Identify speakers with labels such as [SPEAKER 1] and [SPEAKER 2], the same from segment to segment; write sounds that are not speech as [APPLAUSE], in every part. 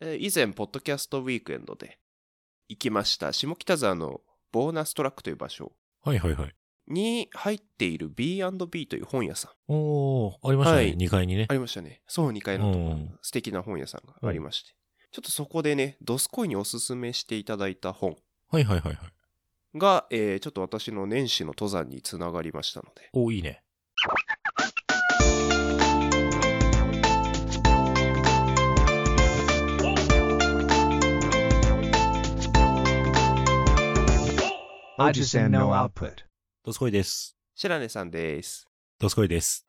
[SPEAKER 1] えー以前、ポッドキャストウィークエンドで行きました、下北沢のボーナストラックという場所
[SPEAKER 2] はいはいはい。
[SPEAKER 1] に入っている B&B という本屋さん。
[SPEAKER 2] おー、ありました
[SPEAKER 1] は
[SPEAKER 2] ね。
[SPEAKER 1] い
[SPEAKER 2] 二2階にね
[SPEAKER 1] あ。りましたね。そう、2階のところ
[SPEAKER 2] うん
[SPEAKER 1] 素敵な本屋さんがありまして。ちょっとそこでね、ドスコイにおすすめしていただいた本
[SPEAKER 2] はいはいはいはい。
[SPEAKER 1] が、えーちょっと私の年始の登山につながりましたので。
[SPEAKER 2] おー、いいね。
[SPEAKER 3] Ojusan no output.
[SPEAKER 2] ドスコイです。
[SPEAKER 1] 白根さんです。
[SPEAKER 2] ドスコイです。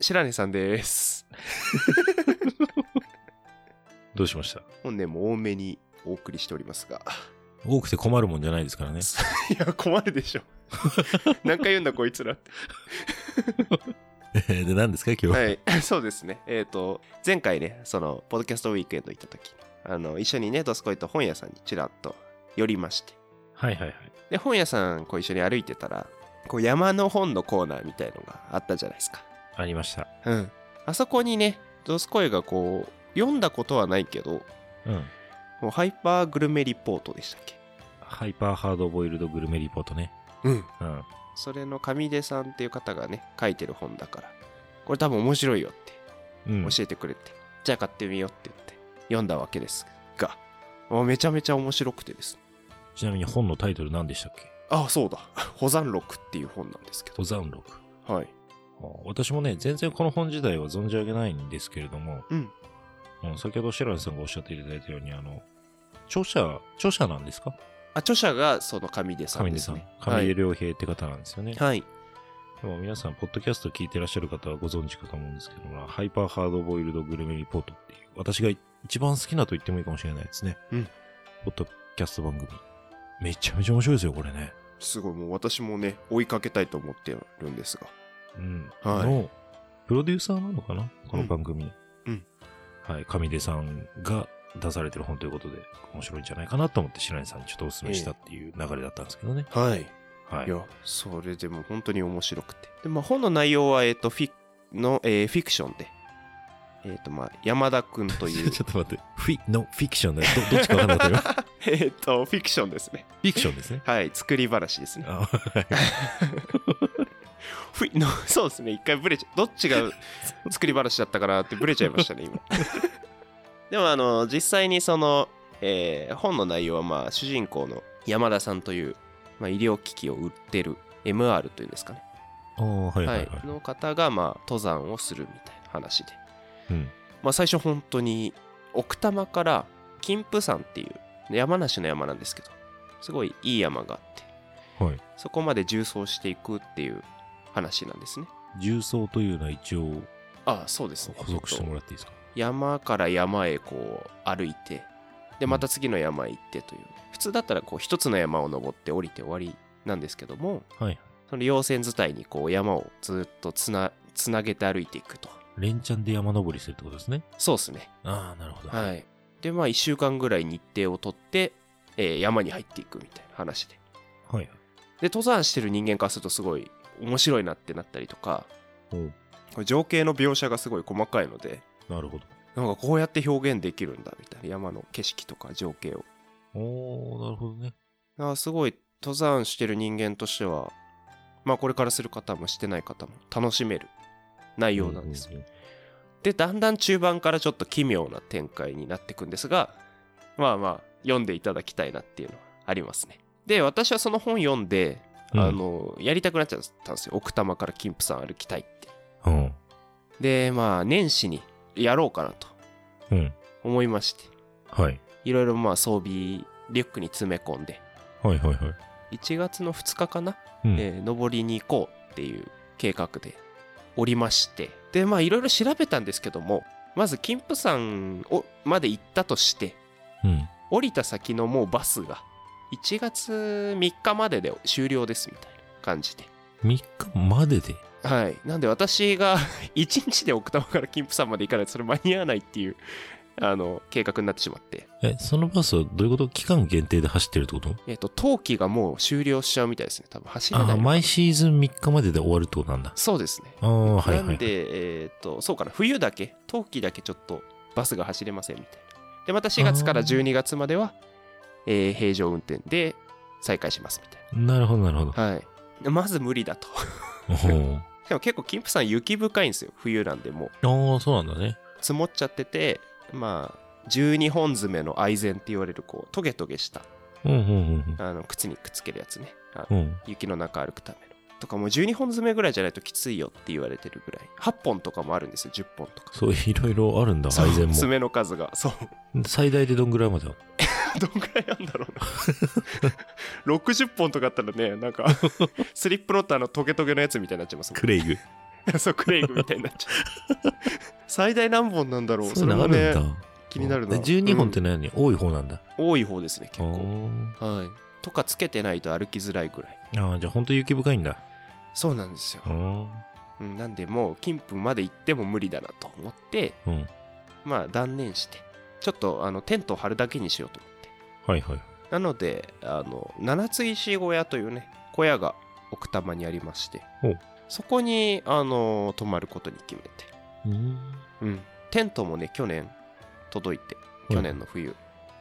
[SPEAKER 1] 白根さんです。
[SPEAKER 2] どうしました
[SPEAKER 1] 本年も多めにお送りしておりますが。 [LAUGHS]
[SPEAKER 2] 多くて困るもんじゃないですからね。
[SPEAKER 1] いや、困るでしょ。何回言うんだ、こいつらって。
[SPEAKER 2] [LAUGHS] で、何ですか今日。
[SPEAKER 1] はい、 [LAUGHS] そうですね。えっ、と、前回ね、その、ポッドキャストウィークエンド行った時にあの、一緒にね、ドスコイと本屋さんにちらっと寄りまして。
[SPEAKER 2] はいはいはい。
[SPEAKER 1] で本屋さんこう一緒に歩いてたらこう山の本のコーナーみたいのがあったじゃないですか
[SPEAKER 2] ありました。
[SPEAKER 1] うんあそこにねドスコイがこう読んだことはないけど
[SPEAKER 2] うん。
[SPEAKER 1] もうハイパーグルメリポートでしたっけ
[SPEAKER 2] ハイパーハードボイルドグルメリポートね。
[SPEAKER 1] うん
[SPEAKER 2] うん。
[SPEAKER 1] それの上出さんっていう方がね書いてる本だからこれ多分面白いよって
[SPEAKER 2] うん。
[SPEAKER 1] 教えてくれて、じゃあ買ってみようって言って読んだわけですがもうめちゃめちゃ面白くてですね
[SPEAKER 2] ちなみに本のタイトル何でしたっけ
[SPEAKER 1] ああそうだ [LAUGHS] 「保山録」っていう本なんですけど
[SPEAKER 2] 登山録。
[SPEAKER 1] はい
[SPEAKER 2] あ私もね、全然この本自体は存じ上げないんですけれども、
[SPEAKER 1] うん
[SPEAKER 2] うん先ほど白根さんがおっしゃっていただいたように、あの、著者、著者なんですか
[SPEAKER 1] あ著者がその上出さん
[SPEAKER 2] 上
[SPEAKER 1] で
[SPEAKER 2] 出
[SPEAKER 1] す
[SPEAKER 2] さん
[SPEAKER 1] ね。
[SPEAKER 2] 上出良平って方なんですよね。
[SPEAKER 1] はい、はい
[SPEAKER 2] でも皆さん、ポッドキャスト聞いてらっしゃる方はご存知かと思うんですけども、ハイパーハードボイルドグルメリポートっていう、私が一番好きなと言ってもいいかもしれないですね。
[SPEAKER 1] うん
[SPEAKER 2] ポッドキャスト番組。めちゃめちゃ面白いですよ、これね。
[SPEAKER 1] すごいもう私もね追いかけたいと思ってるんですが
[SPEAKER 2] うん。
[SPEAKER 1] はい
[SPEAKER 2] の、プロデューサーなのかなこの番組。
[SPEAKER 1] うん
[SPEAKER 2] はい。上出さんが出されてる本ということで、面白いんじゃないかなと思って、白根さんにちょっとお勧めしたっていう流れだったんですけどね。
[SPEAKER 1] はい
[SPEAKER 2] はい
[SPEAKER 1] い。やそれでも本当に面白くてで、まあ、本の内容は、えっとフィのえーフィクションで、えっとまあ、山田君という [LAUGHS]
[SPEAKER 2] [LAUGHS] ちょっと待って、フィ、ノ、フィクションだよ。どどっちかわかんなかったよ。フ
[SPEAKER 1] えっとフィクションですね
[SPEAKER 2] ィクションですね。
[SPEAKER 1] はい作り話ですね
[SPEAKER 2] あはい
[SPEAKER 1] フ [LAUGHS] ィのそうですね一回ブレちゃどっち
[SPEAKER 2] [LAUGHS]
[SPEAKER 1] が作り話だったかなってブレちゃいましたね今でもあの実際にその、えー本の内容はまあ主人公の山田さんという、まあ、医療機器を売ってる MR というんですかね、
[SPEAKER 2] おーはい
[SPEAKER 1] は
[SPEAKER 2] はいいはい。
[SPEAKER 1] の方がまあ登山をするみたいな話で、
[SPEAKER 2] うん
[SPEAKER 1] まあ、最初本当に奥多摩から金峰山っていう山梨の山なんですけどすごいいい山があって
[SPEAKER 2] はい。
[SPEAKER 1] そこまで縦走していくっていう話なんですね
[SPEAKER 2] 重曹というのは一応
[SPEAKER 1] ああそうですね
[SPEAKER 2] 補足してもらっていいですか
[SPEAKER 1] 山から山へこう歩いてでまた次の山へ行ってという普通だったらこう一つの山を登って降りて終わりなんですけども
[SPEAKER 2] はい。
[SPEAKER 1] その稜線伝いにこう山をずっとつなつなげて歩いていくと
[SPEAKER 2] 連チャンで山登りするってことですね。
[SPEAKER 1] そうですね
[SPEAKER 2] ああ、なるほど。
[SPEAKER 1] はいでまあ1週間ぐらい日程を取って、えー山に入っていくみたいな話で
[SPEAKER 2] はい。
[SPEAKER 1] で登山してる人間からするとすごい面白いなってなったりとか
[SPEAKER 2] おう
[SPEAKER 1] これ情景の描写がすごい細かいので
[SPEAKER 2] なるほど。
[SPEAKER 1] なんかこうやって表現できるんだみたいな山の景色とか情景を
[SPEAKER 2] おー、なるほどね。
[SPEAKER 1] あーすごい登山してる人間としてはまあこれからする方もしてない方も楽しめる内容なんです、
[SPEAKER 2] ううう
[SPEAKER 1] でだんだん中盤からちょっと奇妙な展開になっていくんですがまあまあ読んでいただきたいなっていうのはありますねで私はその本読んで、
[SPEAKER 2] うん
[SPEAKER 1] あのやりたくなっちゃったんですよ奥多摩から金峰山歩きたいって
[SPEAKER 2] うん。
[SPEAKER 1] でまあ年始にやろうかなと
[SPEAKER 2] うん。
[SPEAKER 1] 思いまして
[SPEAKER 2] はい。
[SPEAKER 1] いろいろまあ装備リュックに詰め込んで
[SPEAKER 2] はいはいはい。
[SPEAKER 1] 1月の2日かな
[SPEAKER 2] うん。
[SPEAKER 1] えー登りに行こうっていう計画でおりましてでまあいろいろ調べたんですけどもまず金峰山をまで行ったとして
[SPEAKER 2] うん。
[SPEAKER 1] 降りた先のもうバスが1月3日までで終了ですみたいな感じで
[SPEAKER 2] 3日までで。
[SPEAKER 1] はいなんで私が [LAUGHS] 1日で奥多摩から金峰山まで行かないとそれ間に合わないっていうあの計画になってしまって
[SPEAKER 2] え、そのバスはどういうこと期間限定で走ってるってこと
[SPEAKER 1] えっ、と冬季がもう終了しちゃうみたいですね多分走れない
[SPEAKER 2] あ
[SPEAKER 1] の
[SPEAKER 2] あ、
[SPEAKER 1] かな
[SPEAKER 2] 毎シーズン3日までで終わるってことなんだ。
[SPEAKER 1] そうですね
[SPEAKER 2] ああ、はい
[SPEAKER 1] な
[SPEAKER 2] は
[SPEAKER 1] ん
[SPEAKER 2] い。
[SPEAKER 1] で、えっ、と、そうかな、冬だけ、冬季だけちょっとバスが走れませんみたいなでまた4月から12月までは、えー平常運転で再開しますみたい
[SPEAKER 2] なるほど、なる
[SPEAKER 1] [LAUGHS]
[SPEAKER 2] ほど。
[SPEAKER 1] な、はい、まず無理だと [LAUGHS]
[SPEAKER 2] おー
[SPEAKER 1] しかも結構金峰山雪深いんですよ冬なんでもう
[SPEAKER 2] ああ、そうなんだね。
[SPEAKER 1] 積もっちゃっててまあ12本爪の愛禅って言われるこうトゲトゲした
[SPEAKER 2] うん、うん、
[SPEAKER 1] あの靴にくっつけるやつねあ
[SPEAKER 2] うん。うん。
[SPEAKER 1] 雪の中歩くためのとかもう12本爪ぐらいじゃないときついよって言われてるぐらい8本とかもあるんですよ10本とか
[SPEAKER 2] そう、いろいろあるんだ、配膳も。
[SPEAKER 1] 爪の数がそう [LAUGHS]
[SPEAKER 2] 最大でどんぐらいまである
[SPEAKER 1] どんぐらいあんだろうな [LAUGHS] 60本とかあったらねなん [LAUGHS] かスリップロッターのトゲトゲのやつみたいになっちゃいますもん
[SPEAKER 2] クレイグ。
[SPEAKER 1] [LAUGHS] そうクレイグみたいになっちゃう最大何本なんだろう
[SPEAKER 2] そ
[SPEAKER 1] そう
[SPEAKER 2] い
[SPEAKER 1] れ
[SPEAKER 2] うの
[SPEAKER 1] も
[SPEAKER 2] あ
[SPEAKER 1] ね
[SPEAKER 2] るんだ。
[SPEAKER 1] 気になるな
[SPEAKER 2] え12本って何、多い方なんだ。
[SPEAKER 1] 多い方ですね結
[SPEAKER 2] あ
[SPEAKER 1] 構はいとかつけてないと歩きづらいぐらい
[SPEAKER 2] ーあー、じゃあ本当雪深いんだ。
[SPEAKER 1] そうなんですよ
[SPEAKER 2] あ、ー
[SPEAKER 1] うん、なんでもう金粉まで行っても無理だなと思って
[SPEAKER 2] うん。
[SPEAKER 1] まあ断念してちょっとあのテントを張るだけにしようと思って
[SPEAKER 2] はいはい。
[SPEAKER 1] なのであの七つ石小屋というね小屋が奥多摩にありまして
[SPEAKER 2] ほう
[SPEAKER 1] そこにあの泊まることに決めて、
[SPEAKER 2] うん。
[SPEAKER 1] うん、テントもね去年届いて去年の冬、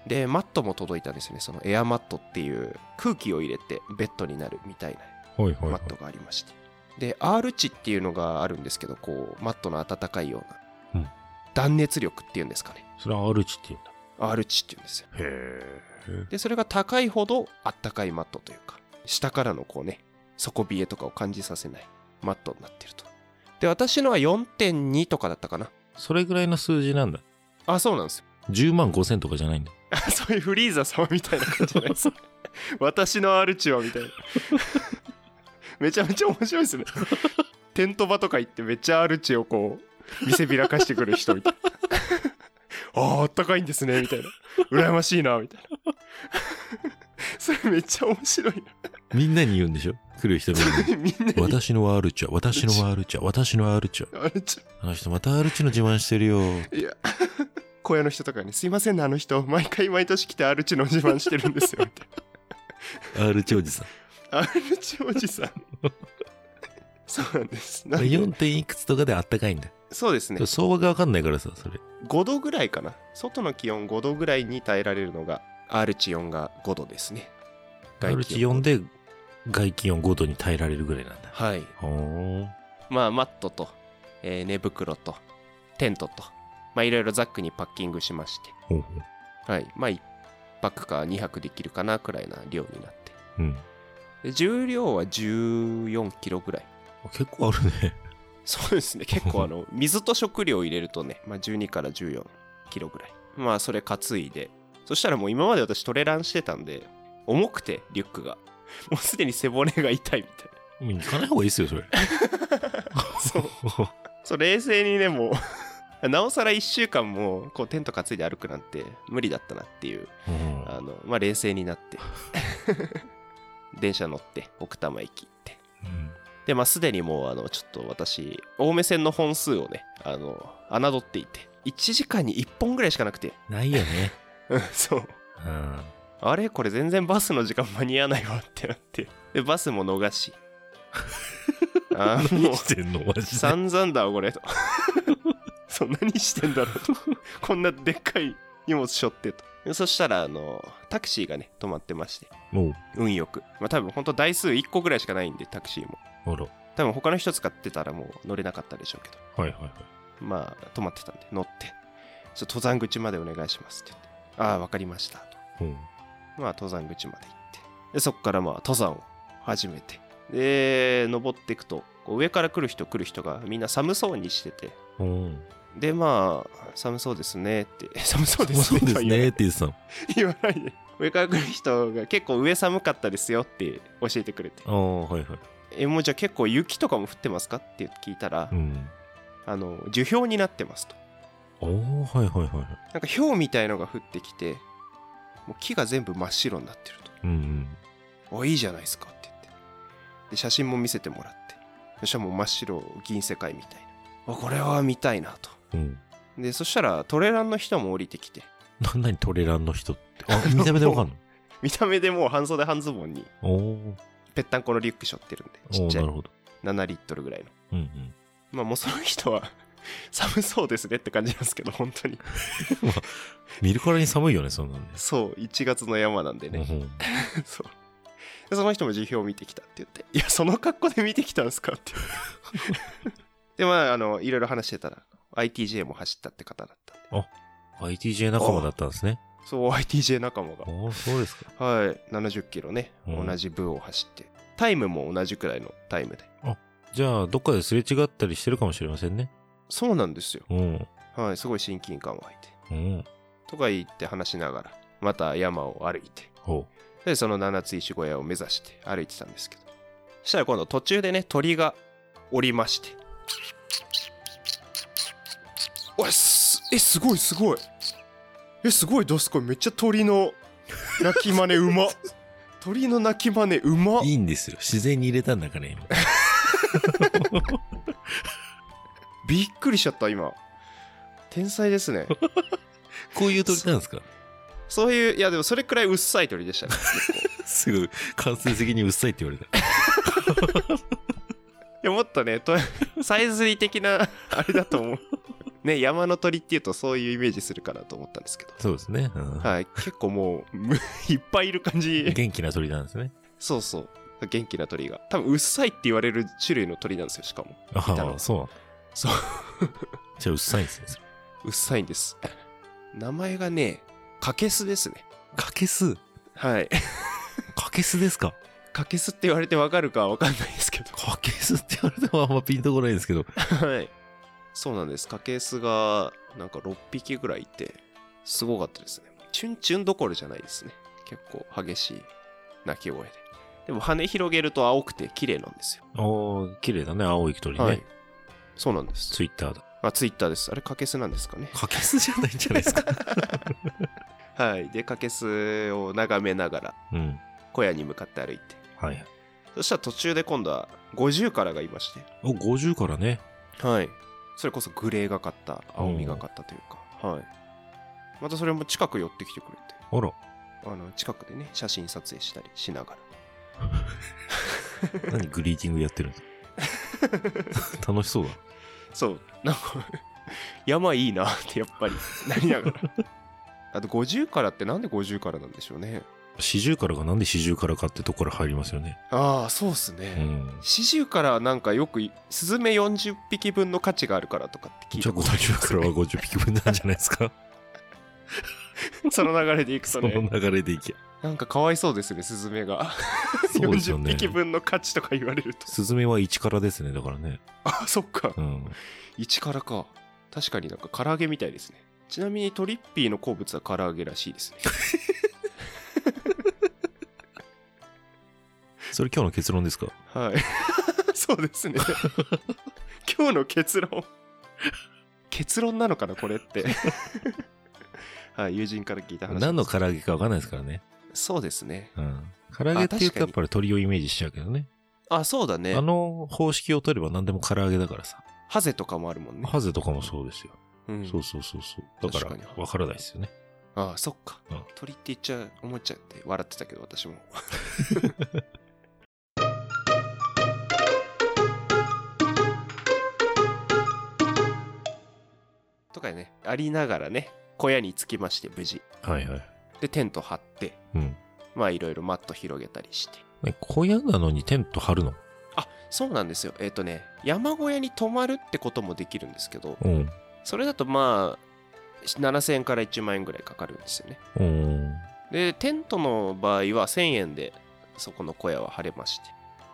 [SPEAKER 1] でマットも届いたんですよねそのエアマットっていう空気を入れてベッドになるみたいな
[SPEAKER 2] はいはい、
[SPEAKER 1] マ
[SPEAKER 2] はい
[SPEAKER 1] ッ。トがありまして、で R 値っていうのがあるんですけどこうマットの温かいような、
[SPEAKER 2] うん
[SPEAKER 1] 断熱力っていうんですかね
[SPEAKER 2] それはアルチって言うんだ。
[SPEAKER 1] R 値っていうんですよ
[SPEAKER 2] へ
[SPEAKER 1] でそれが高いほどあったかいマットというか下からのこうね底冷えとかを感じさせないマットになってるとで私のは4.2とかだったかな
[SPEAKER 2] それぐらいの数字なんだ。
[SPEAKER 1] あそうなんですよ [LAUGHS]
[SPEAKER 2] 10万5千とかじゃないんだ。
[SPEAKER 1] そういうフリーザ様みたいな感じじゃないですか私の R 値はみたいなめちゃめちゃ面白いですねテント場とか行ってめっちゃ R 値をこう見せびらかしてくる人みたいな [LAUGHS] あーあったかいんですねみたいな羨ましいなみたいなそれめっちゃ面白いな
[SPEAKER 2] みんなに言うんでしょ来る人みん
[SPEAKER 1] [LAUGHS]
[SPEAKER 2] な
[SPEAKER 1] み
[SPEAKER 2] に。
[SPEAKER 1] んなに
[SPEAKER 2] 私のアルチは、私のアルチは、私のアルチは。
[SPEAKER 1] あれち
[SPEAKER 2] あの人またアルチの自慢してるよ。
[SPEAKER 1] ょいや小屋の人とかに「すいませんねあの人毎回毎年来てアルチの自慢してるんですよ」みたい
[SPEAKER 2] アルチお
[SPEAKER 1] [LAUGHS]
[SPEAKER 2] じさん。
[SPEAKER 1] なアルチおじさんそうなんですなんで
[SPEAKER 2] 4点いくつとかであったかいんだ。
[SPEAKER 1] そうですね
[SPEAKER 2] 相場がわかんないからさ、それ。
[SPEAKER 1] 5度ぐらいかな外の気温5度ぐらいに耐えられるのがアルチ4が5度ですね
[SPEAKER 2] アルチ
[SPEAKER 1] 気温
[SPEAKER 2] 4で外気温5度に耐えられるぐらいなんだ。
[SPEAKER 1] はい
[SPEAKER 2] ほー。
[SPEAKER 1] まあマットと、えー寝袋とテントとまあいろいろザックにパッキングしまして
[SPEAKER 2] ほうほ
[SPEAKER 1] はいまあ1泊か2泊できるかなくらいな量になって
[SPEAKER 2] う。うん。
[SPEAKER 1] で重量は14キロぐらい
[SPEAKER 2] あ結構あるね。
[SPEAKER 1] [LAUGHS] そうですね結構あ [LAUGHS] の水と食料を入れるとね、まあ、12から14キロぐらいまあそれ担いでそしたらもう今まで私トレランしてたんで重くてリュックが [LAUGHS] もうすでに背骨が痛いみたい
[SPEAKER 2] もう行かない方がいいっすよ、それ。
[SPEAKER 1] なそうそう冷静にねもう [LAUGHS] なおさら1週間もこうテント担いで歩くなんて無理だったなっていう
[SPEAKER 2] うん
[SPEAKER 1] あのまあ冷静になって [LAUGHS] 電車乗って奥多摩駅行って
[SPEAKER 2] うん
[SPEAKER 1] で、まあ、すでにもう、あの、ちょっと私、青梅線の本数をね、あの、侮っていて、1時間に1本ぐらいしかなくて、
[SPEAKER 2] ないよね。
[SPEAKER 1] うんそう。
[SPEAKER 2] うん。
[SPEAKER 1] あれこれ全然バスの時間間に合わないわってなって。で、バスも逃 [LAUGHS] し。あーもう
[SPEAKER 2] 何、してんのマジで。
[SPEAKER 1] 散々だわ、これ。と [LAUGHS] そう、何してんだろうと。こんなでっかい荷物背負ってと。でそしたら、あの、タクシーがね、止まってまして、
[SPEAKER 2] もう、
[SPEAKER 1] 運よく。まあ、多分、ほんと台数1個ぐらいしかないんで、タクシーも。
[SPEAKER 2] あら。
[SPEAKER 1] 多分、他の人使ってたらもう乗れなかったでしょうけど。
[SPEAKER 2] はいはいはい。
[SPEAKER 1] まあ、止まってたんで、乗って、ちょっと登山口までお願いしますって言って、ああ、わかりましたと。
[SPEAKER 2] うん。
[SPEAKER 1] まあ、登山口まで行って、でそこからまあ、登山を始めて、で、登っていくと、こう上から来る人来る人がみんな寒そうにしてて、
[SPEAKER 2] うん。
[SPEAKER 1] で、まあ、寒そうですねって、 [LAUGHS] 寒そうです
[SPEAKER 2] そ
[SPEAKER 1] ね
[SPEAKER 2] う
[SPEAKER 1] とは
[SPEAKER 2] です
[SPEAKER 1] 言わな
[SPEAKER 2] ねっ
[SPEAKER 1] い
[SPEAKER 2] て言ってたの。
[SPEAKER 1] 言わないで。上から来る人が結構上寒かったですよって教えてくれて
[SPEAKER 2] あ、あ、はいはい。
[SPEAKER 1] え、もうじゃあ結構雪とかも降ってますかって聞いたら
[SPEAKER 2] う、ん。
[SPEAKER 1] あの、樹氷になってますと。
[SPEAKER 2] ああ、はいはいはいはい。
[SPEAKER 1] なんか氷みたいのが降ってきて、もう木が全部真っ白になってる
[SPEAKER 2] うんうん。
[SPEAKER 1] と。あ、いいじゃないですかって言って。で、写真も見せてもらって。そしたらもう真っ白銀世界みたいな。あ、これは見たいなと。
[SPEAKER 2] うん。
[SPEAKER 1] で、そしたらトレランの人も降りてきて、
[SPEAKER 2] な、なにトレランの人って。あ、見た目でわかんの
[SPEAKER 1] 見た目でもう半袖半ズボンに、
[SPEAKER 2] [LAUGHS] おー
[SPEAKER 1] ぺったんこのリュック背負ってるんで、
[SPEAKER 2] お
[SPEAKER 1] ちっ
[SPEAKER 2] ー
[SPEAKER 1] ちゃ
[SPEAKER 2] ないるほど。
[SPEAKER 1] 7リットルぐらいの。
[SPEAKER 2] うんうん。
[SPEAKER 1] [LAUGHS] まあもうその人は寒そうですねって感じなんですけど、本当に。
[SPEAKER 2] 見るからに寒いよね、そんなんで。
[SPEAKER 1] そう1月の山なんでね、
[SPEAKER 2] うん
[SPEAKER 1] そうでその人も辞表を見てきたって言って「いやその格好で見てきたんすか?」
[SPEAKER 2] [LAUGHS]
[SPEAKER 1] って言ってでまああのいろいろ話してたら ITJ も走ったって方だったんで
[SPEAKER 2] ITJ 仲間だったんですね。
[SPEAKER 1] そう ITJ 仲間が
[SPEAKER 2] おお、そうですか。
[SPEAKER 1] はい70キロね、
[SPEAKER 2] うん
[SPEAKER 1] 同じ部を走ってタイムも同じくらいのタイムで
[SPEAKER 2] じゃあ、どっかですれ違ったりしてるかもしれませんね。
[SPEAKER 1] そうなんですよ
[SPEAKER 2] うん。
[SPEAKER 1] はいすごい親近感湧いて
[SPEAKER 2] うん。
[SPEAKER 1] とか言って話しながらまた山を歩いて
[SPEAKER 2] ほ
[SPEAKER 1] でその七つ石小屋を目指して歩いてたんですけどそしたら今度途中でね鳥がおりましておいすえすごいすごいえすごいどすこいめっちゃ鳥の鳴き真似う [LAUGHS] ま鳥の鳴き真似うま
[SPEAKER 2] う。いいんですよ。自然に入れたんだから、今。
[SPEAKER 1] びっくりしちゃった今天才ですね
[SPEAKER 2] こういう鳥なんですか
[SPEAKER 1] そういういやでもそれくらいうっさい鳥でしたね結構
[SPEAKER 2] [LAUGHS] すぐ、感性的にうっさいって言われた。
[SPEAKER 1] いやもっとねとさえずり的なあれだと思うね山の鳥っていうとそういうイメージするかなと思ったんですけど
[SPEAKER 2] そうですね。うん
[SPEAKER 1] はい、結構もうむ [LAUGHS] いっぱいいる感じ
[SPEAKER 2] 元気な鳥なんですね。
[SPEAKER 1] そうそう元気な鳥が多分うっさいって言われる種類の鳥なんですよしかもた
[SPEAKER 2] あ
[SPEAKER 1] の
[SPEAKER 2] あ、そうなんだ。
[SPEAKER 1] そう [LAUGHS]
[SPEAKER 2] じゃあ、うっさいんですね。それ
[SPEAKER 1] うっさいんです名前がねカケスですね
[SPEAKER 2] かけす。
[SPEAKER 1] [LAUGHS] はい
[SPEAKER 2] かけすですか
[SPEAKER 1] カケスって言われてわかるかわかんないですけど
[SPEAKER 2] かけすって言われてもあんまピンとこないんですけ [LAUGHS] ど。
[SPEAKER 1] [LAUGHS] はいそうなんですカケスがなんか6匹ぐらいいてすごかったですねチュンチュンどころじゃないですね結構激しい鳴き声ででも羽広げると青くて綺麗なんですよ、
[SPEAKER 2] おー、綺麗だね、青い鳥ね。
[SPEAKER 1] はいそうなんです
[SPEAKER 2] ツイッターだ。
[SPEAKER 1] あ、ツイッターです。あれ、カケスなんですかね。
[SPEAKER 2] かけすじゃないんじゃないですか。
[SPEAKER 1] [LAUGHS] はい。で、カケスを眺めながら、
[SPEAKER 2] [LAUGHS] うん。
[SPEAKER 1] 小屋に向かって歩いて。
[SPEAKER 2] はい。
[SPEAKER 1] そしたら途中で今度は、50からがいまして。
[SPEAKER 2] お、50からね。
[SPEAKER 1] はい。それこそグレーがかった、青みがかったというか。はい。またそれも近く寄ってきてくれて、
[SPEAKER 2] あら、
[SPEAKER 1] あの、近くでね、写真撮影したりしながら。
[SPEAKER 2] 何グリーティングやってる [LAUGHS] んですか楽しそうだ。
[SPEAKER 1] そう、なんか、 [LAUGHS] 山いいなってやっぱりなりな [LAUGHS] がら。あと50からってなんで50からなんでしょうね。
[SPEAKER 2] 四十からがなんで四十からかってとこから入りますよね。
[SPEAKER 1] ああ、そうっすね。
[SPEAKER 2] うん。
[SPEAKER 1] 四十からなんかよくいスズメ40匹分の価値があるからとかって聞い
[SPEAKER 2] じゃ
[SPEAKER 1] た
[SPEAKER 2] あ
[SPEAKER 1] ことあり
[SPEAKER 2] 50
[SPEAKER 1] ます
[SPEAKER 2] か
[SPEAKER 1] よ
[SPEAKER 2] らは
[SPEAKER 1] ね
[SPEAKER 2] 50匹分なんじゃないですか
[SPEAKER 1] [LAUGHS] その流れでいくと
[SPEAKER 2] その
[SPEAKER 1] ね
[SPEAKER 2] 流れでいきゃ。
[SPEAKER 1] なんかかわいそうですねスズメが
[SPEAKER 2] そうですよ
[SPEAKER 1] 40
[SPEAKER 2] ね
[SPEAKER 1] 匹分の価値とか言われると
[SPEAKER 2] スズメは1からですね、だからね。
[SPEAKER 1] あそっか
[SPEAKER 2] うん。
[SPEAKER 1] 1からか確かになんか唐揚げみたいですねちなみにトリッピーの好物は唐揚げらしいですね
[SPEAKER 2] それ今日の結論ですか
[SPEAKER 1] はい [LAUGHS] そうですね今日の結論結論なのかなこれって [LAUGHS] はい友人から聞いた話です
[SPEAKER 2] 何の唐揚げかわかんないですからね。
[SPEAKER 1] そうですね
[SPEAKER 2] うん。唐揚げっていうとやっぱり鳥をイメージしちゃうけどね。
[SPEAKER 1] あそうだね
[SPEAKER 2] あの方式を取れば何でも唐揚げだからさ。
[SPEAKER 1] ハゼとかもあるもんね。
[SPEAKER 2] ハゼとかもそうですよ。
[SPEAKER 1] うん
[SPEAKER 2] そうそうそうそう。だから
[SPEAKER 1] 確か、に
[SPEAKER 2] わからないですよね。
[SPEAKER 1] ああ、そっか。
[SPEAKER 2] うん
[SPEAKER 1] 鳥って言っちゃう、思っちゃって笑ってたけど、私も。 [LAUGHS] とかね、ありながらね、小屋に着きまして、無事。
[SPEAKER 2] はいはい。
[SPEAKER 1] で、テント張って、
[SPEAKER 2] うん。
[SPEAKER 1] まあ、いろいろマット広げたりして。
[SPEAKER 2] ね小屋なのにテント張るの
[SPEAKER 1] あ、そうなんですよ。えっ、とね、山小屋に泊まるってこともできるんですけど、
[SPEAKER 2] うん。
[SPEAKER 1] それだとまあ、7000円から1万円ぐらいかかるんですよね。
[SPEAKER 2] うん。
[SPEAKER 1] でテントの場合は1000円でそこの小屋は晴れまして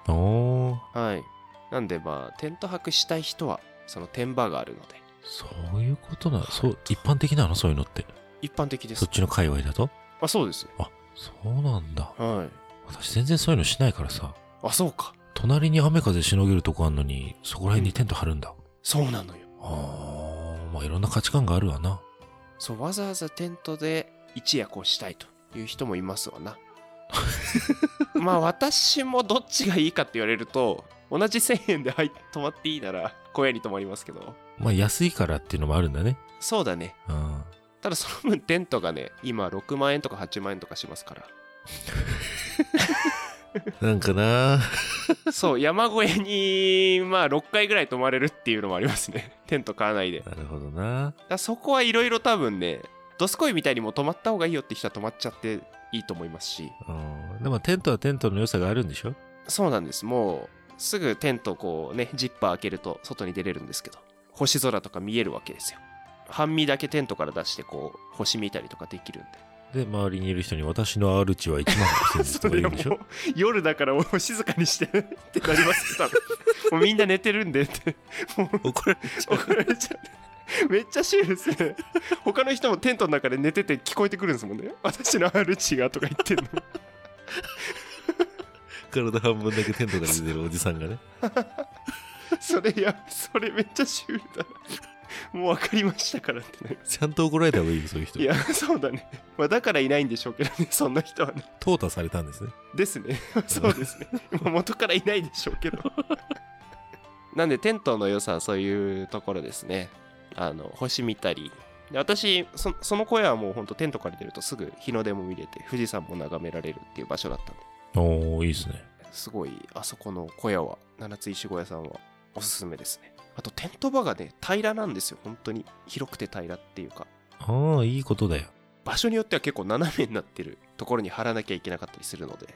[SPEAKER 2] あー
[SPEAKER 1] はいなんでまあテント泊したい人はその天場があるので
[SPEAKER 2] そういうことな、そう、一般的なのそういうのって。
[SPEAKER 1] 一般的で
[SPEAKER 2] そ
[SPEAKER 1] す
[SPEAKER 2] っちの界隈だと
[SPEAKER 1] あそうですね
[SPEAKER 2] あ、そうなんだ。
[SPEAKER 1] はい
[SPEAKER 2] 私全然そういうのしないからさ。
[SPEAKER 1] あそうか
[SPEAKER 2] 隣に雨風しのげるとこあんのに、そこら辺にテント張るんだ。
[SPEAKER 1] そうなのよ
[SPEAKER 2] あーまあいろんな価値観があるわな。
[SPEAKER 1] そうわざわざテントで一夜こうしたいという人もいます
[SPEAKER 2] [LAUGHS]
[SPEAKER 1] わなまあ私もどっちがいいかって言われると同じ1000円で入っ泊まっていいなら小屋に泊まりますけど
[SPEAKER 2] まあ安いからっていうのもあるんだね。
[SPEAKER 1] そうだね [LAUGHS]
[SPEAKER 2] うん。
[SPEAKER 1] ただその分テントがね今6万円とか8万円とかしますから
[SPEAKER 2] なんかな
[SPEAKER 1] そう、山小屋に、まあ、6回ぐらい泊 [LAUGHS] まれるっていうのもありますね。テント買わないで。だか
[SPEAKER 2] なるほどな
[SPEAKER 1] らそこはいろいろ多分ね、ドスコイみたいにもう泊まった方がいいよって人は泊まっちゃっていいと思いますし
[SPEAKER 2] うんでもテントはテントの良さがあるんでしょ
[SPEAKER 1] そうなんですもうすぐテントこうねジッパー開けると外に出れるんですけど星空とか見えるわけですよ半身だけテントから出してこう星見たりとかできるんで
[SPEAKER 2] で、周りにいる人に私の R 値は1万5000で
[SPEAKER 1] [LAUGHS]
[SPEAKER 2] すとか言うんでしょ
[SPEAKER 1] 夜だからもう静かにしてってなりますけどもうみんな寝てるんでってもう
[SPEAKER 2] 怒られちゃう
[SPEAKER 1] 怒られちゃうめっちゃシュールですね他の人もテントの中で寝てて聞こえてくるんですもんね私の R 値がとか言ってんの
[SPEAKER 2] 体半分だけテントから出てるおじさんがね。
[SPEAKER 1] それやそれめっちゃシュールだなもう分かりましたからってね
[SPEAKER 2] ちゃんと怒られた方がいいよ、そういう人。
[SPEAKER 1] いやそうだね、まあ、だからいないんでしょうけどねそんな人はね
[SPEAKER 2] 淘汰されたんですね。
[SPEAKER 1] ですねそうですねまあ元からいないでしょうけどなんでテントの良さはそういうところですねあの星見たりで私そその小屋はもうほんとテント借りてるとすぐ日の出も見れて富士山も眺められるっていう場所だったんで
[SPEAKER 2] おー、いいですね。
[SPEAKER 1] すごいあそこの小屋は七つ石小屋さんはおすすめですねあとテント場がね平らなんですよ本当に広くて平らっていうか
[SPEAKER 2] ああ、いいことだよ。
[SPEAKER 1] 場所によっては結構斜めになってるところに張らなきゃいけなかったりするので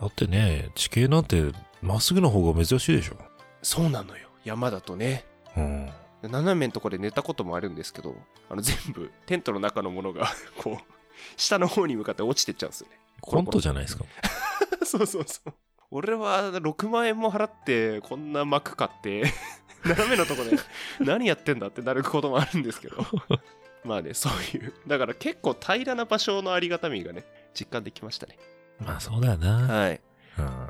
[SPEAKER 2] だってね、地形なんてまっすぐの方が珍しいでしょ。
[SPEAKER 1] そうなのよ山だとね
[SPEAKER 2] うん。
[SPEAKER 1] 斜めのとこで寝たこともあるんですけどあの全部テントの中のものが [LAUGHS] こう下の方に向かって落ちてっちゃうんですよね
[SPEAKER 2] コントじゃないですか。
[SPEAKER 1] ゃ [LAUGHS] そうそうそう俺は6万円も払ってこんな幕買って [LAUGHS] 斜めのとこ [LAUGHS] で何やってんだってなることもあるんですけど [LAUGHS] まあねそういうだから結構平らな場所のありがたみがね実感できましたね
[SPEAKER 2] まあそうだよな。
[SPEAKER 1] はい
[SPEAKER 2] うん。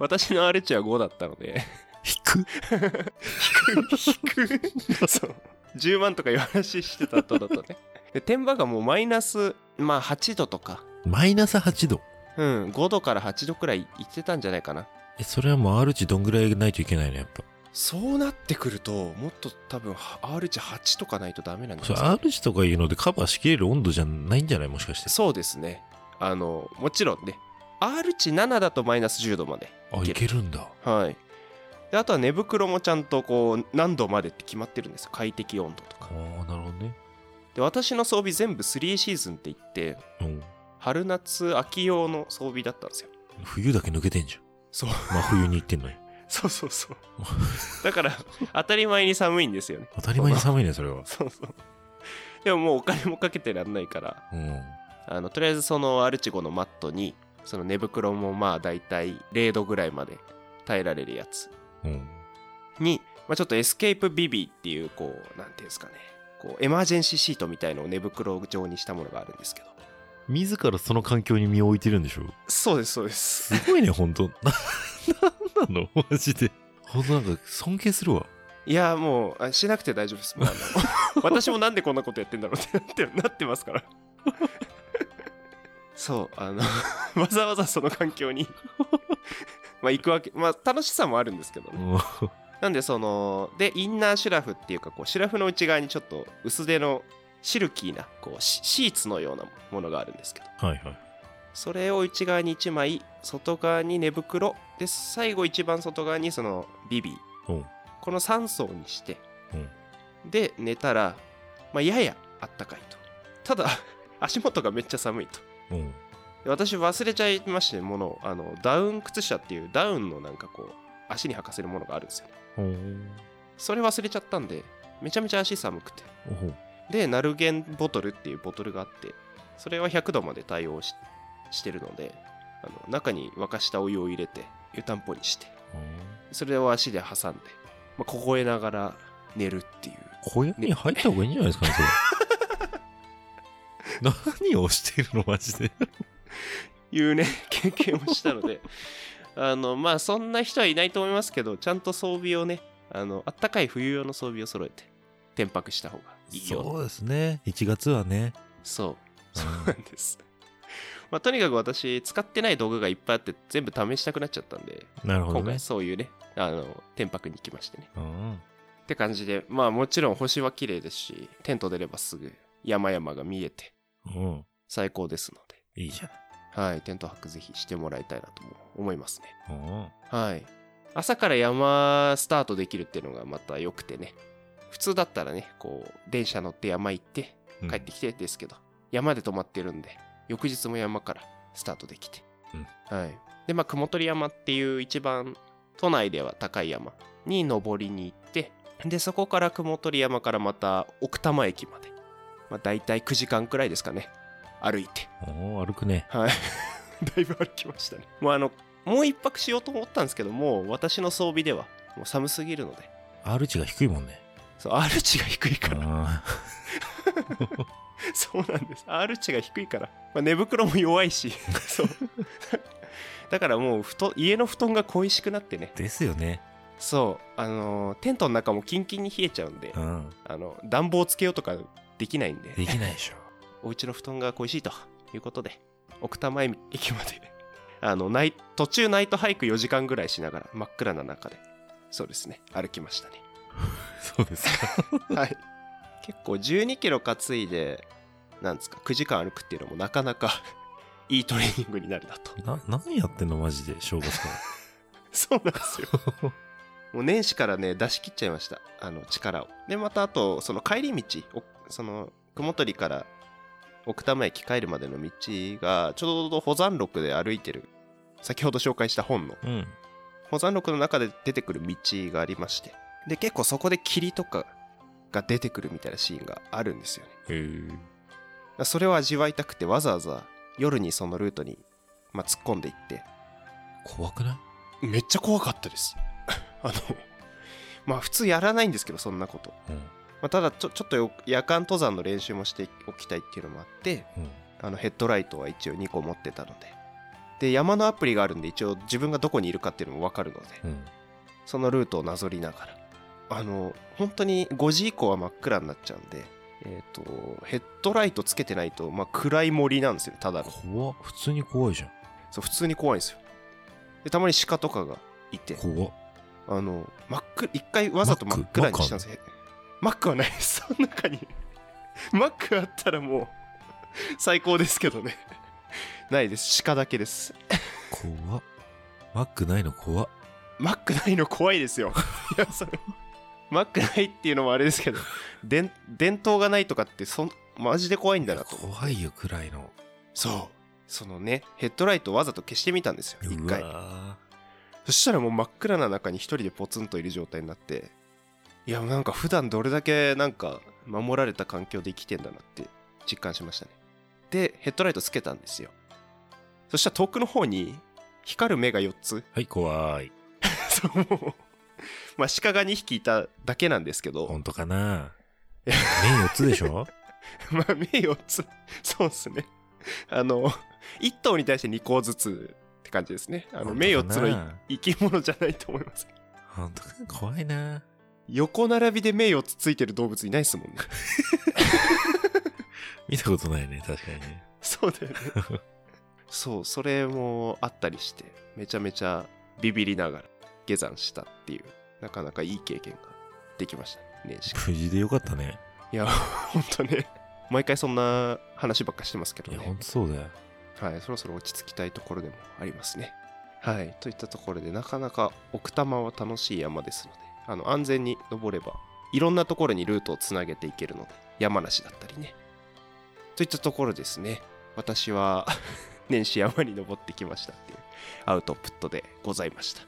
[SPEAKER 1] 私のアレチは5だったので
[SPEAKER 2] 引く
[SPEAKER 1] 低いそう10万とかいう話してた後だとねで天場がもうマイナスまあ8度とか
[SPEAKER 2] マイナス8度。
[SPEAKER 1] うん5度から8度くらいいってたんじゃないかな
[SPEAKER 2] え、それはもう R 値どんぐらいないといけないの、やっぱ。
[SPEAKER 1] そうなってくるともっと多分 R 値8とかないとダメなんです
[SPEAKER 2] そ
[SPEAKER 1] よ
[SPEAKER 2] れ R 値とかいうのでカバーしきれる温度じゃないんじゃないもしかして。
[SPEAKER 1] そうですねあのもちろんね R 値7だとマイナス10度まで
[SPEAKER 2] あ、いけるんだ。
[SPEAKER 1] はいであとは寝袋もちゃんとこう何度までって決まってるんですよ快適温度と
[SPEAKER 2] あ
[SPEAKER 1] か
[SPEAKER 2] あ、なるほどね。
[SPEAKER 1] で私の装備全部3シーズンって言って
[SPEAKER 2] うん。
[SPEAKER 1] 春夏秋用の装備だったんですよ
[SPEAKER 2] 冬だけ抜けてんじゃん。
[SPEAKER 1] そう
[SPEAKER 2] 真冬に行ってんのに。
[SPEAKER 1] そうそうそう [LAUGHS] だから当たり前に寒いんですよね
[SPEAKER 2] 当たり前に寒い [LAUGHS] ね、それは。
[SPEAKER 1] そうそうでももうお金もかけてらんないから
[SPEAKER 2] うん。
[SPEAKER 1] あのとりあえずそのアルチゴのマットにその寝袋もまあだいたい0度ぐらいまで耐えられるやつ
[SPEAKER 2] うん。
[SPEAKER 1] に、まあ、ちょっとエスケープビビーっていうこうなんていうんですかねこうエマージェンシーシートみたいのを寝袋状にしたものがあるんですけど
[SPEAKER 2] 自らその環境に身を置いてるんでしょ
[SPEAKER 1] そうですそうです
[SPEAKER 2] すごいね、本当な、なんなのマジで。ほんとなんか尊敬するわ。
[SPEAKER 1] いやもうあしなくて大丈夫ですもうあの私もなんでこんなことやってんだろうってなってなってますからそうあの [LAUGHS] わざわざその環境にまあ行くわけまあ楽しさもあるんですけどね
[SPEAKER 2] うん
[SPEAKER 1] なんでそのでインナーシュラフっていうかこうシュラフの内側にちょっと薄手のシルキーなこうシシーツのようなものがあるんですけど
[SPEAKER 2] はいはい。
[SPEAKER 1] それを内側に1枚外側に寝袋で最後一番外側にそのビビー
[SPEAKER 2] うん。
[SPEAKER 1] この3層にして、
[SPEAKER 2] うん
[SPEAKER 1] で寝たら、まあ、ややあったかいとただ [LAUGHS] 足元がめっちゃ寒いと
[SPEAKER 2] うん。
[SPEAKER 1] で私忘れちゃいましてものをあのダウン靴下っていうダウンのなんかこう足に履かせるものがあるんですよ
[SPEAKER 2] ほうん。
[SPEAKER 1] それ忘れちゃったんでめちゃめちゃ足寒くて
[SPEAKER 2] ほう。
[SPEAKER 1] でナルゲンボトルっていうボトルがあってそれは100度まで対応ししてるのであの中に沸かしたお湯を入れて湯たんぽにしてそれを足で挟んで、まあ、凍えながら寝るっていう
[SPEAKER 2] 小屋に入った方がいいんじゃないですかね、それ。 [LAUGHS] 何をしてるの、マジで。
[SPEAKER 1] いうね [LAUGHS] 経験をしたのであのまあそんな人はいないと思いますけどちゃんと装備をねあのあったかい冬用の装備を揃えて転泊した方がいいよ
[SPEAKER 2] そうですね。1月はね。
[SPEAKER 1] そう
[SPEAKER 2] うん
[SPEAKER 1] そうなんです、まあ、とにかく私使ってない道具がいっぱいあって全部試したくなっちゃったんで
[SPEAKER 2] なるほど
[SPEAKER 1] 今
[SPEAKER 2] ね
[SPEAKER 1] 回。そういうねあの転泊に行きましてね
[SPEAKER 2] うん。
[SPEAKER 1] って感じでまあもちろん星は綺麗ですしテント出ればすぐ山々が見えて
[SPEAKER 2] うん。
[SPEAKER 1] 最高ですので
[SPEAKER 2] いいじゃ
[SPEAKER 1] はいテント泊ぜひしてもらいたいなとも思いますね
[SPEAKER 2] ん。うん。
[SPEAKER 1] はい。朝から山スタートできるっていうのがまた良くてね。普通だったらね、こう、電車乗って山行って、
[SPEAKER 2] うん
[SPEAKER 1] 帰ってきてですけど、山で泊まってるんで翌日も山からスタートできて、はい、でまあ雲取山っていう一番都内では高い山に登りに行ってでそこから雲取山からまた奥多摩駅まで、まあ、大体9時間くらいですかね歩いて
[SPEAKER 2] おー歩くね。
[SPEAKER 1] はい [LAUGHS] だいぶ歩きましたねもうあのもう一泊しようと思ったんですけどもう私の装備ではもう寒すぎるので
[SPEAKER 2] R 値が低いもんね。
[SPEAKER 1] そう R 値が低いから
[SPEAKER 2] あ
[SPEAKER 1] [LAUGHS] そうなんです。R 値が低いから。まあ、寝袋も弱いし。 [LAUGHS] そう。だからもう布団、家の布団が恋しくなってね
[SPEAKER 2] ー。ですよね。
[SPEAKER 1] そう。あのーテントの中もキンキンに冷えちゃうんで
[SPEAKER 2] う、ん。
[SPEAKER 1] あの、暖房つけようとかできないんで、
[SPEAKER 2] できないでしょ。
[SPEAKER 1] お家の布団が恋しいということで、奥多摩駅まで、 [LAUGHS] あの、ナイ途中ナイトハイク4時間ぐらいしながら、真っ暗な中で、そうですね、歩きましたね。
[SPEAKER 2] [LAUGHS] そうですか。
[SPEAKER 1] はい。結構12キロ担いで、なんですか、9時間歩くっていうのもなかなか [LAUGHS] いいトレーニングになるなと。
[SPEAKER 2] [LAUGHS] な、何やってんのマジで、正月か
[SPEAKER 1] [LAUGHS] そうなんですよ。もう年始からね、出し切っちゃいました。あの、力を。で、またあと、その帰り道、おその、雲取から奥多摩駅帰るまでの道が、ちょうど登山録で歩いてる、先ほど紹介した本の
[SPEAKER 2] ら。うん。
[SPEAKER 1] 登山録の中で出てくる道がありましてで結構そこで霧とかが出てくるみたいなシーンがあるんですよね
[SPEAKER 2] へー
[SPEAKER 1] それを味わいたくてわざわざ夜にそのルートに、まあ、突っ込んでいって
[SPEAKER 2] 怖くない
[SPEAKER 1] めっちゃ怖かったです [LAUGHS] あのまあ普通やらないんですけどそんなこと、
[SPEAKER 2] うん。
[SPEAKER 1] まあ、ただちょちょっとよ夜間登山の練習もしておきたいっていうのもあって
[SPEAKER 2] うん。
[SPEAKER 1] あのヘッドライトは一応2個持ってたのでで山のアプリがあるんで一応自分がどこにいるかっていうのも分かるので
[SPEAKER 2] うん。
[SPEAKER 1] そのルートをなぞりながら。あの、本当に5時以降は真っ暗になっちゃうんで、えっ、と、ヘッドライトつけてないと、まあ、暗い森なんですよね、ただの。
[SPEAKER 2] 怖っ普通に怖いじゃん。
[SPEAKER 1] そう、普通に怖いんですよ。で、たまに鹿とかがいて、
[SPEAKER 2] 怖っ
[SPEAKER 1] あの、真っ暗、一回わざと真っ暗にしたんですよ。マックはないです。 [LAUGHS] その中に。マックあったらもう、最高ですけどね。ないです。鹿だけです。
[SPEAKER 2] 怖っマックないの怖っ
[SPEAKER 1] マックないの怖いです [LAUGHS] よ。いや、それ。マックないっていうのもあれですけど、伝伝統がないとかってそん、マジで怖いんだなと。
[SPEAKER 2] 怖いよ、くらいの。
[SPEAKER 1] そう。そのね、ヘッドライトをわざと消してみたんですよ、一
[SPEAKER 2] う
[SPEAKER 1] 回。
[SPEAKER 2] わ
[SPEAKER 1] そしたらもう真っ暗な中に一人でポツンといる状態になって、いや、なんか普段どれだけなんか守られた環境で生きてんだなって実感しましたね。で、ヘッドライトつけたんですよ。そしたら遠くの方に光る目が4つ。 [LAUGHS]
[SPEAKER 2] ーはい、怖い。
[SPEAKER 1] そう、もう。まあ、鹿が2匹いただけなんですけど、
[SPEAKER 2] 本当かな
[SPEAKER 1] え
[SPEAKER 2] 目4つでしょ
[SPEAKER 1] まあ、目4つ、そうですね。あの、1頭に対して2個ずつって感じですね。 [LAUGHS] あの、目4つのい生き物じゃないと思います。
[SPEAKER 2] 本当かな怖いな
[SPEAKER 1] 横並びで目4つついてる動物いないですもんね。
[SPEAKER 2] 見たことないね、確かにね。
[SPEAKER 1] そうだよね。そう、それもあったりして、めちゃめちゃビビりながら下山したっていう、なかなかいい経験ができましたね。年始
[SPEAKER 2] 無事でよかったね。
[SPEAKER 1] いや、ほんとね。毎回そんな話ばっかしてますけど
[SPEAKER 2] いや、
[SPEAKER 1] ね。
[SPEAKER 2] 本当そうだよ。
[SPEAKER 1] はい、そろそろ落ち着きたいところでもありますね。はい、といったところでなかなか奥多摩は楽しい山ですのであの安全に登ればいろんなところにルートをつなげていけるので山梨だったりね。といったところですね私は [LAUGHS] 年始山に登ってきましたっていうアウトプットでございました。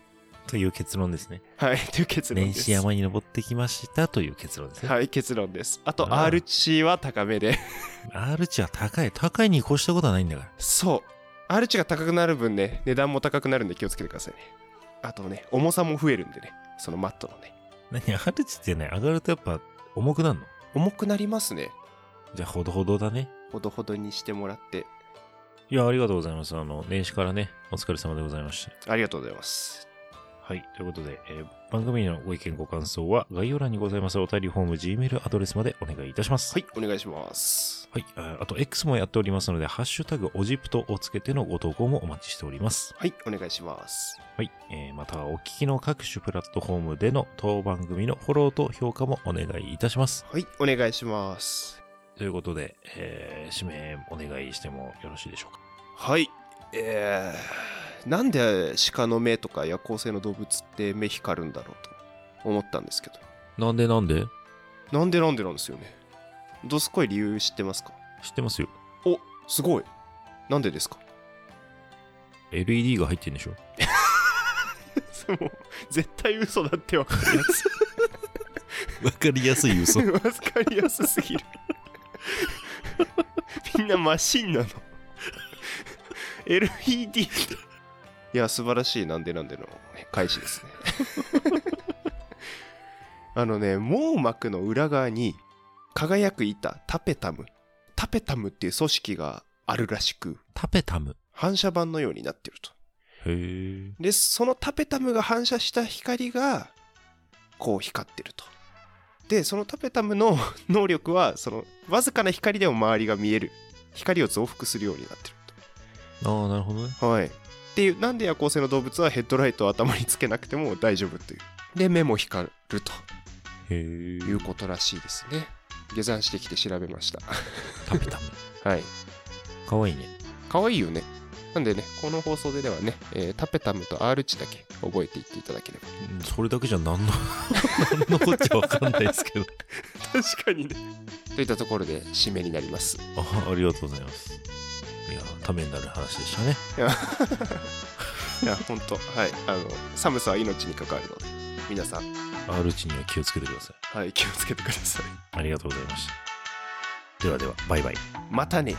[SPEAKER 2] という結論ですね。
[SPEAKER 1] はい、という結論で
[SPEAKER 2] 年
[SPEAKER 1] す。
[SPEAKER 2] 始山に登ってきましたという結論ですね。
[SPEAKER 1] はい、結論です。あと、
[SPEAKER 2] あー
[SPEAKER 1] R 値は高めで。
[SPEAKER 2] R 値は高い。高いに越したことはないんだから。
[SPEAKER 1] そう。R 値が高くなる分ね、値段も高くなるんで気をつけてくださいね。あとね、重さも増えるんでね、そのマットのね。
[SPEAKER 2] 何 ?R 値ってね、上がるとやっぱ重くなるの
[SPEAKER 1] 重くなりますね。
[SPEAKER 2] じゃあ、ほどほどだね。
[SPEAKER 1] ほどほどにしてもらって。
[SPEAKER 2] いや、ありがとうございます。あの、年始からね、お疲れ様でございました。
[SPEAKER 1] ありがとうございます。
[SPEAKER 2] はい。ということで、えー番組へのご意見、ご感想は、概要欄にございますお便りフォーム、Gmail アドレスまでお願いいたします。。
[SPEAKER 1] はいい、お願いします。
[SPEAKER 2] はい。ああと、X もやっておりますので、ハッシュタグ、オジプトをつけてのご投稿もお待ちしております。
[SPEAKER 1] はい、お願いします。
[SPEAKER 2] はい。えーまた、お聞きの各種プラットフォームでの当番組のフォローと評価もお願いいたします。
[SPEAKER 1] はい、お願いします。
[SPEAKER 2] ということで、えー、指名お願いしてもよろしいでしょうか。
[SPEAKER 1] はい、えー、なんで鹿の目とか夜行性の動物って目光るんだろうと思ったんですけど。
[SPEAKER 2] なんでなんで
[SPEAKER 1] なんでなんでなんですよね。どすこい理由知ってますか
[SPEAKER 2] 知ってますよ。
[SPEAKER 1] おすごいなんでですか
[SPEAKER 2] LED が入ってんでしょ
[SPEAKER 1] もう絶対嘘だってわかりやす
[SPEAKER 2] わかりやすい嘘。
[SPEAKER 1] いわかりやすすぎるみんなマシンなの LED いや素晴らしいなんでなんでの返し [LAUGHS] ですねあのね網膜の裏側に輝く板タペタムタペタムっていう組織があるらしく
[SPEAKER 2] [LAUGHS] タペタム。
[SPEAKER 1] 反射板のようになってると
[SPEAKER 2] へえ。
[SPEAKER 1] でそのタペタムが反射した光がこう光ってるとでそのタペタムの [LAUGHS] 能力はそのわずかな光でも周りが見える光を増幅するようになってる
[SPEAKER 2] ああ、なるほどね。
[SPEAKER 1] とはいっていうなんで夜行性の動物はヘッドライトを頭につけなくても大丈夫というで目も光ると
[SPEAKER 2] へ
[SPEAKER 1] い
[SPEAKER 2] え
[SPEAKER 1] う。ことらしいですね下山してきて調べました [LAUGHS]
[SPEAKER 2] タペタム。
[SPEAKER 1] はい
[SPEAKER 2] かわいいね。
[SPEAKER 1] 可愛いよねなんでねこの放送でではね、えータペタムと R 値だけ覚えていっていただければ
[SPEAKER 2] うんそれだけじゃ何の [LAUGHS] 何のこっちゃわかんないですけど
[SPEAKER 1] 確かにねといったところで締めになります
[SPEAKER 2] あありがとうございますいやためになる話でしたね
[SPEAKER 1] いやいや本当はいあの寒さは命に関わるので皆さん
[SPEAKER 2] R 値には気をつけてください
[SPEAKER 1] はい気をつけてください
[SPEAKER 2] ありがとうございましたではではバイバイ
[SPEAKER 1] またね